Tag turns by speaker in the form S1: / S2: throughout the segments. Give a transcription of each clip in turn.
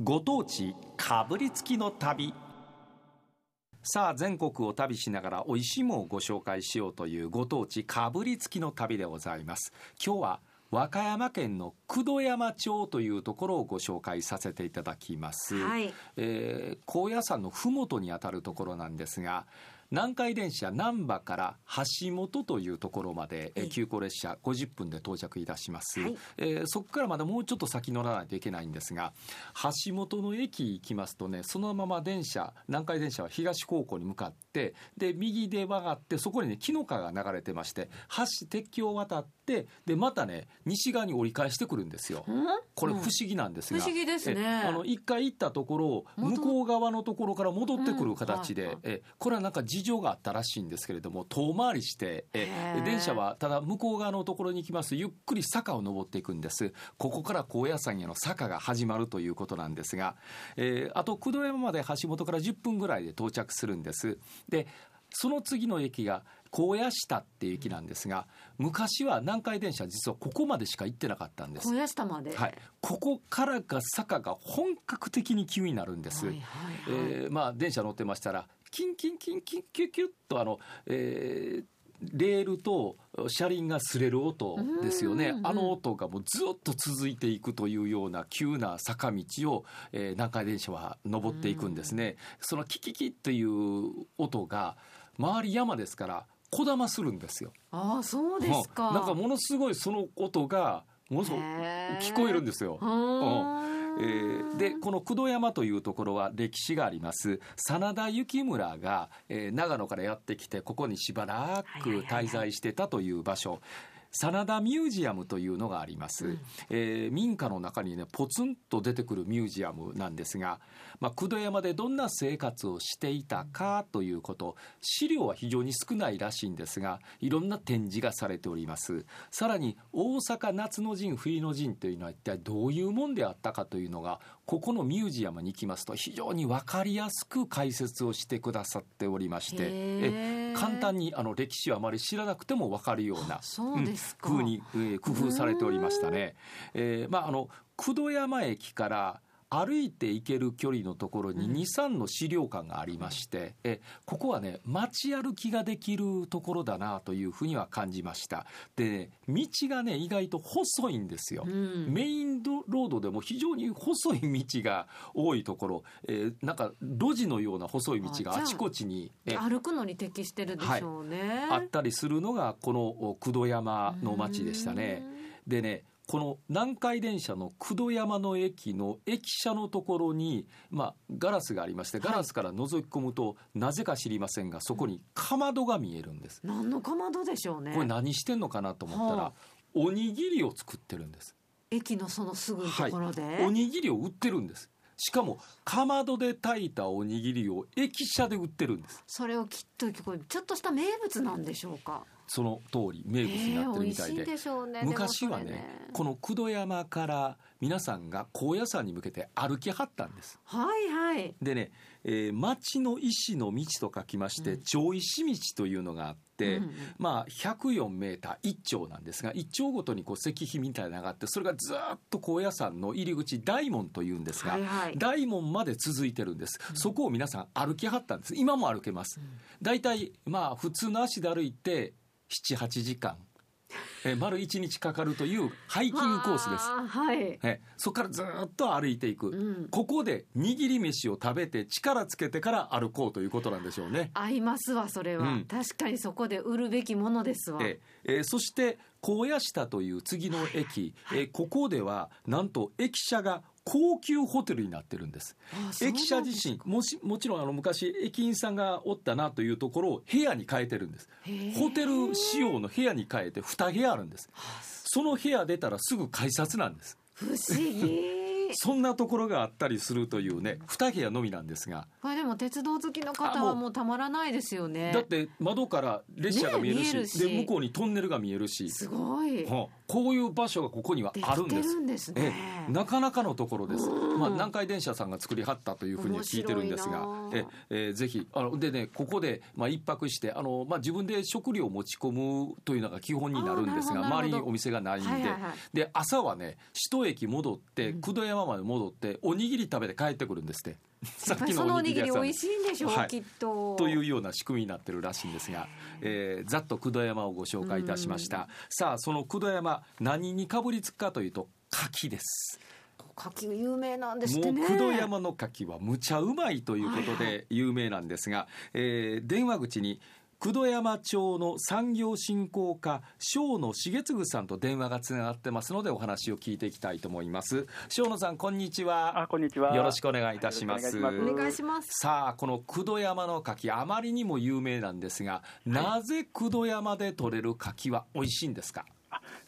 S1: ご当地かぶりつきの旅さあ全国を旅しながらおいしいものをご紹介しようというご当地かぶりつきの旅でございます今日は和歌山県の九度山町というところをご紹介させていただきます、
S2: はい
S1: えー高野山の麓にあたるところなんですが南海電車難波から橋本というところまで、えー
S2: ええ
S1: 急行列車50分で到着いたします、
S2: はい
S1: えーそこからまだもうちょっと先乗らないといけないんですが橋本の駅行きますとねそのまま電車南海電車は東方向に向かってで右で曲がってそこにね木の川が流れてまして橋鉄橋を渡ってでまたね西側に折り返してくるんですよ。これ不思議なんですが、
S2: 不思議ですね
S1: えあの一回行ったところを向
S2: 元
S1: こう側のところから戻ってくる形で、
S2: うんはい
S1: えこれはなんか事情があったらしいんですけれども遠回りしてえ
S2: へー
S1: 電車はただ向こう側のところに行きますとゆっくり坂を登っていくんですここから高野山への坂が始まるということなんですが、えーあと工藤山まで橋本から10分ぐらいで到着するんですでその次の駅が高野下っていう駅なんですが昔は南海電車実はここまでしか行ってなかったんです
S2: 小屋下まで
S1: はい、ここからが坂が本格的に急になるんです。
S2: はいはい
S1: え
S2: はい
S1: ーまあ、電車乗ってましたらキンキンキンキンキュキュッとあの、えーレールと車輪が擦れる音ですよ
S2: う
S1: ね
S2: んうんうん
S1: あの音がもうずっと続いていくというような急な坂道を、えー南海電車は登っていくんですね、そのキキキという音が周り山ですからこだまするんですよ。
S2: ああそうですか、
S1: うんなんかものすごいその音がものすごく
S2: へー
S1: 聞こえるんですよ。
S2: は
S1: え
S2: ー
S1: ーでこの工藤山というところは歴史があります真田幸村が、えー長野からやってきてここにしばらく滞在してたという場所真田ミュージアムというのがあります、
S2: うん
S1: えー民家の中にねポツンと出てくるミュージアムなんですが、まあ、工藤山でどんな生活をしていたかということ資料は非常に少ないらしいんですがいろんな展示がされておりますさらに大阪夏の陣冬の陣というのは一体どういうもんであったかというのがここのミュージアムに行きますと非常に分かりやすく解説をしてくださっておりまして
S2: へー
S1: え簡単にあの歴史はあまり知らなくても分かるような
S2: あそうですか
S1: うん風にえー工夫されておりましたね。えーまああの九度山駅から歩いて行ける距離のところに
S2: うん
S1: 2、3の資料館がありまして、えここはね、街歩きができるところだなというふうには感じました。で、道がね、意外と細いんですよ。
S2: うん
S1: メインロードでも非常に細い道が多いところ、えーなんか路地のような細い道があちこちに、え
S2: 歩くのに適してるでしょうね、
S1: あったりするのがこの九度山の町でしたね。でねこの南海電車の九度山の駅の駅舎のところに、まあ、ガラスがありまして
S2: はい
S1: ガラスから覗き込むと、なぜか知りませんがそこにかまどが見えるんです。
S2: うん何のかまどでしょうね
S1: これ何してんのかなと思ったら、
S2: はあ
S1: おにぎりを作ってるんです。
S2: 駅のそのすぐのところで、
S1: おにぎりを売ってるんです。しかもかまどで炊いたおにぎりを駅舎で売ってるんです。
S2: それをきっとこれちょっとした名物なんでしょうか
S1: その通り名物になってるみたい
S2: えー美味しい
S1: で。
S2: でしょうねでも
S1: 昔は
S2: それ
S1: ねこの九度山から皆さんが高野山に向けて歩きはったんです。
S2: はいはい
S1: でね、えー町の石の道と書きまして、
S2: うん
S1: 上石道というのがあって、
S2: うんうん
S1: まあ104メーター一丁なんですが一丁ごとにこう石碑みたいなのがあってそれがずーっと高野山の入り口大門というんですが、
S2: はいはい
S1: 大門まで続いてるんです、そこを皆さん歩きはったんです今も歩けます、だいたいまあ普通の足で歩いて78時間えー丸1日かかるというハイキングコースです
S2: はあはい、
S1: えそこからずーっと歩いていく、
S2: うん、
S1: ここで握り飯を食べて力つけてから歩こうということなんでしょうね。
S2: 合いますわそれは、
S1: うん
S2: 確かにそこで売るべきものですわ
S1: ええーそして高野下という次の駅、えーここではなんと駅舎が高級ホテルになってるんです
S2: あそうなん
S1: 駅
S2: です
S1: 舎自身もしもちろんあの昔駅員さんがおったなというところを部屋に変えてるんです
S2: へー
S1: ホテル仕様の部屋に変えて2部屋あるんですその部屋出たらすぐ改札なんです
S2: 不思議
S1: そんなところがあったりするというね2部屋のみなんですが
S2: これでも鉄道好きの
S1: あ
S2: 方
S1: もう
S2: はもうたまらないですよね
S1: だって窓から列車が見えるし,、
S2: ねえ見えるし
S1: で向こうにトンネルが見えるし
S2: すごい
S1: ほうこういう場所がここには
S2: で
S1: ある
S2: き
S1: ん
S2: て
S1: で
S2: る
S1: す。
S2: んです
S1: え
S2: ね。
S1: えなかなかのところです。
S2: うん
S1: まあ、南海電車さんが作りはったというふうに聞いてるんですが
S2: 面白いなあ、
S1: えええーぜひあのでねここでまあ一泊してあのまあ自分で食料を持ち込むというのが基本になるんですが、
S2: あーなるほど
S1: 周りにお店がないんで、
S2: はいはいはい
S1: で朝はね一駅戻って
S2: うん
S1: 九度山まで戻っておにぎり食べて帰ってくるんですって。さ
S2: やっぱりそのおにぎり美
S1: の
S2: 味しいんでしょう、
S1: はい
S2: きっと。
S1: というような仕組みになってるらしいんですが、えー、ざっと工藤山をご紹介いたしました、さあその工藤山何にかぶりつくかというと柿です
S2: 柿有名なんですって
S1: もう
S2: ね。
S1: 工藤山の柿はむちゃうまいということ
S2: はいは
S1: で有名なんですが、えー電話口に工藤山町の産業振興課庄野重次さんと電話がつながってますのでお話を聞いていきたいと思います庄野さんこんにちは
S3: あ、こんにちは。
S1: よろしくお願いいたします
S3: よろしく
S2: お願いします。
S1: さあこの九度山の柿あまりにも有名なんですが、なぜ九度山で採れる柿は美味しいんですか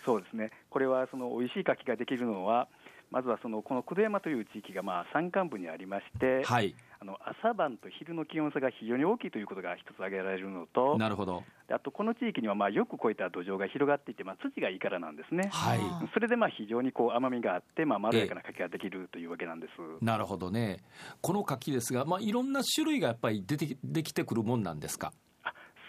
S3: そうですね。これはその美味しい柿ができるのは、まずはそのこの久山という地域がまあ山間部にありまして、
S1: はい
S3: あの朝晩と昼の気温差が非常に大きいということが一つ挙げられるのと、
S1: なるほど
S3: あとこの地域にはまあよく超えた土壌が広がっていて、まあ土がいいからなんですね。
S1: はい
S2: あ
S3: それでまあ非常にこう甘みがあって、まあまろやかな柿ができるというわけなんです。
S1: なるほどねこの柿ですが、まあ、いろんな種類がやっぱり出てきできてくるもんなんですか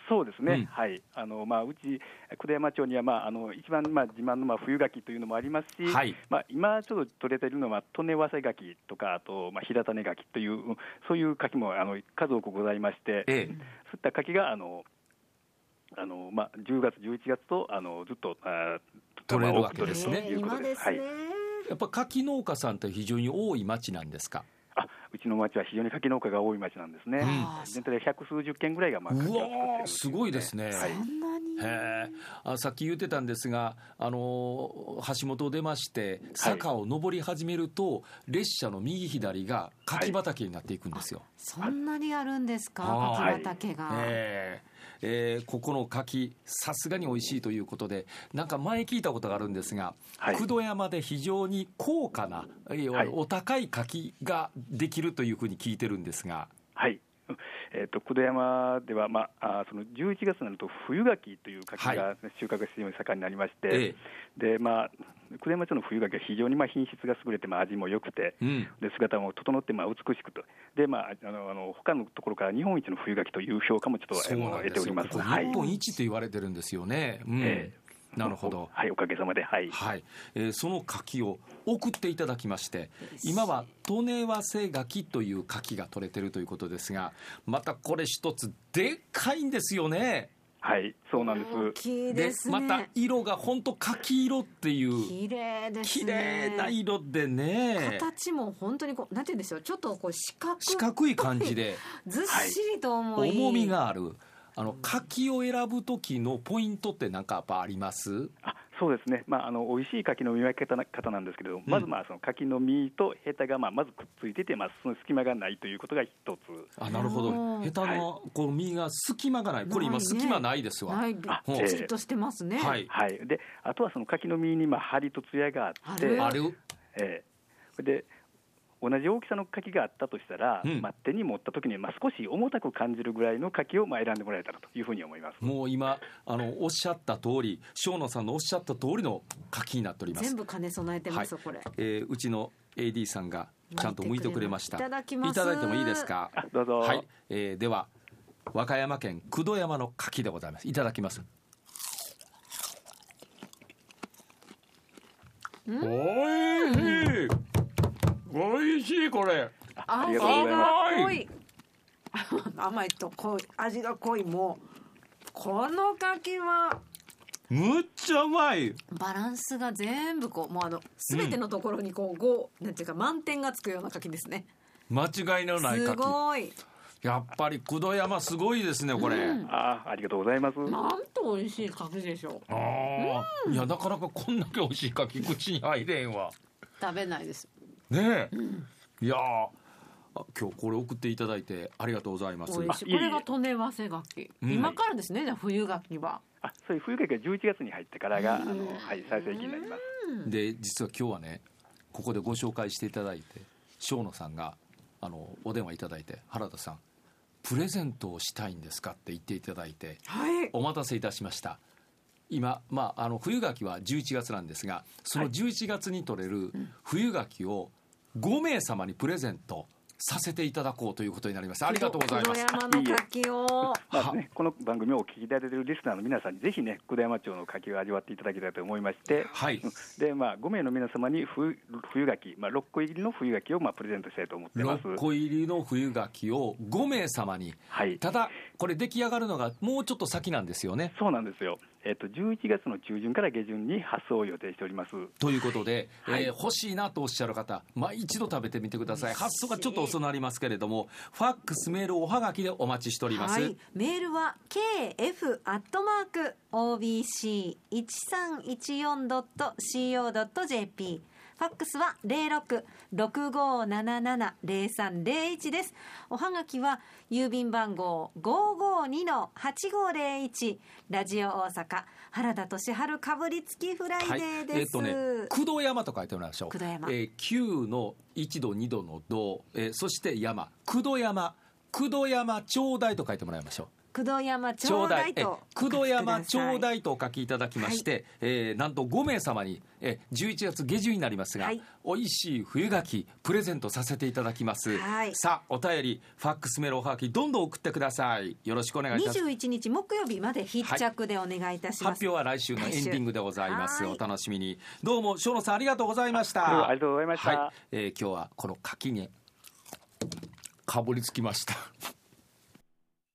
S3: そうですね、
S1: うん
S3: はいあのまあ、うち、久山町には、まあ、あの一番、まあ、自慢の、まあ、冬柿というのもありますし、
S1: はい
S3: まあ、今ちょっと取れているのは、利根早稲柿とか、あと、まあ、平種柿という、うんそういう柿もあの数多くございまして、
S1: え
S3: そういった柿があのあの、まあ、10月、11月とあのずっとあ
S1: 取れる
S3: まあ
S1: わけですね
S3: 多く取れ
S2: 今で
S3: るということで
S2: すすね。
S3: はい、
S1: えやっぱ柿農家さんって非常に多い町なんですか
S3: あうちの町は非常に柿農家が多い町なんですね、
S2: あー
S3: 全体で百数十軒ぐらいが、まあ、
S1: う
S3: 柿を作っている
S1: わー
S3: んですね
S1: ごいですね、
S3: はい
S2: そんなに。
S1: へえあさっき言ってたんですが、あのー橋本を出まして、坂を上り始めると、列車の右左が柿畑になっていくんですよ。
S2: そんなにあるんですか、
S1: はい
S2: 柿畑が。
S1: えええーここの柿、さすがに美味しいということで、なんか前聞いたことがあるんですが、
S3: はい
S1: 工藤山で非常に高価な、えー
S3: はい
S1: お高い柿ができるというふうに聞いてるんですが、
S3: はい。 うんえっ、と、久出山では、まあ、あーその11月になると、冬柿という柿
S1: は
S3: が収穫が非常に盛んになりまして、
S1: え
S3: で、まあ、久出山町の冬柿は非常にまあ品質が優れて、まあ、味も良くて、
S1: えうん、
S3: で姿も整ってまあ美しくと、でまあ、あのあの他のところから日本一の冬柿という評価もちょっと
S1: そう
S3: あの
S1: なん
S3: 得
S1: で
S3: てお
S1: すよ、
S3: りま
S1: こ
S3: す。
S1: こ
S3: はい
S1: 日本一と言われてるんですよね。うん
S3: え
S1: なるほど
S3: はい、おかげさまで、はい、
S1: はい、えーその柿を送っていただきまして
S2: です
S1: 今は利根早生柿という柿が取れてるということですがまたこれ一つでっかいんですよね
S3: はい、そうなんで
S2: 大
S3: す。
S2: きいですね。
S1: また色が本当柿色っていう
S2: 綺麗です
S1: 綺
S2: ね。
S1: 麗な色でね
S2: 形も本当にこう、なんて言うんでしょう、ちょっとこう四角。
S1: 四角い感じで
S2: ずっしりと重い。
S1: 重み。があるあの柿を選ぶ時のポイントって何かやっぱあります
S3: あそうですね、まあ、あの美味しい柿の見分け方な方なんですけれども、まずまあその柿の実とヘタがまあまずくっついてて、まあ、その隙間がないということが一つ。
S1: あなるほど
S2: うん
S1: ヘタのこう実が隙間がないこれ今
S2: ないね
S1: 隙間ないですわ
S2: はい、びっちりとしてますね。
S1: はい
S3: はい、であとはその柿の実にまあ針と艶があって、
S2: あ
S1: あれを
S3: ええで同じ大きさの柿があったとしたら、
S1: うん
S3: まあ、手に持った時にまあ少し重たく感じるぐらいの柿をまあ選んでもらえたらというふうに思います。
S1: もう今あのおっしゃった通り生野さんのおっしゃった通りの柿になっておりま
S2: 全
S1: す、
S2: 部兼ね備えてます、これ。
S1: えーうちの AD さんがちゃんと剥いてくれました
S2: いただきます
S1: いただいてもいいですか
S3: あどうぞ、
S1: はい、えーでは和歌山県工藤山の柿でございますいただきます
S2: ん
S1: おいしいおいしいこれ
S3: あ
S2: 味
S3: りがとうございま
S2: が
S1: す
S2: 濃い。甘いと濃い、味が濃い、もう。この柿は。
S1: むっちゃうまい
S2: バランスが全部こう、もうあの、すべてのところにこう、ご、なんていうか、満点がつくような柿ですね。
S1: 間違いのない
S2: す
S1: 柿
S2: ごい。
S1: やっぱり工藤山すごいですねこれ、
S2: うん
S3: あありがとうございます。
S2: なんと美味しい柿でしょう。
S1: ああ、いやなかなかこんだけ美味しい柿口に入れんわ
S2: 食べないです。
S1: ねえ、いやーあ今日これ送っていただいてありがとうございます
S2: 美味しい。
S3: あ
S2: こ
S3: いえいえ
S2: れが利根早生柿。
S1: うん
S2: 今からですね、じゃあ冬柿は。
S3: あそういう冬柿が11月に入ってからが、あのはい、最盛期になります。
S1: で実は今日はねここでご紹介していただいて生野さんがあのお電話いただいて原田さんプレゼントをしたいんですかって言っていただいて
S2: はい。
S1: お待たせいたしました今、まあ、あの冬柿は11月なんですがその11月に取れる冬柿を5名様にプレゼントさせていただこうということになりましたありがとうございます
S2: 黒山の柿を
S3: まあね、この番組をお聞きいただいているリスナーの皆さんにぜひね久田山町の柿を味わっていただきたいと思いまして、
S1: はい
S3: でまあ、5名の皆様に冬冬柿、まあ、6個入りの冬柿をまあプレゼントしたいと思ってます。
S1: 6個入りの冬柿を5名様に
S3: はい
S1: ただこれ出来上がるのがもうちょっと先なんですよね
S3: そうなんですよ、えっと11月の中旬から下旬に発送を予定しております。
S1: ということで、えー欲しいなとおっしゃる方、まあ、一度食べてみてください発送がちょっと遅なりますけれどもファックスメールおはがきでお待ちしております、
S2: はい、メールは kf アットマーク obc 一三一四ドット co ドット jp。ファックスは零六六五七七零三零一です。おはがきは郵便番号五五二の八五零一ラジオ大阪原田俊春かぶりつきフライデー
S1: え
S2: で
S1: っ
S2: す。
S1: とね、工藤山と書いてもらいましょう。
S2: 工藤山
S1: えー、九の一度二度の度、えー、そして山、工藤山、工藤山頂戴と書いてもらいましょう。
S2: 工藤山ちょうだい
S1: え
S2: と
S1: 工藤山ちょう
S2: い。
S1: だいとお書きいただきまして、えーなんと5名様に、えー、11月下旬になりますが、
S2: はい
S1: 美味しい冬柿プレゼントさせていただきます、
S2: はい
S1: さあお便りファックスメールおはがきどんどん送ってくださいよろしくお願いいたします
S2: 21日木曜日まで必着でお願いいたします
S1: 発表。は来週のエンディングでございます
S2: 来週は
S1: お
S2: い
S1: 楽しみにどうも小野さんありがとうございまし
S3: どうも
S1: た
S3: ありがとうございました
S1: はいえー今日はこの柿にかぶりつきました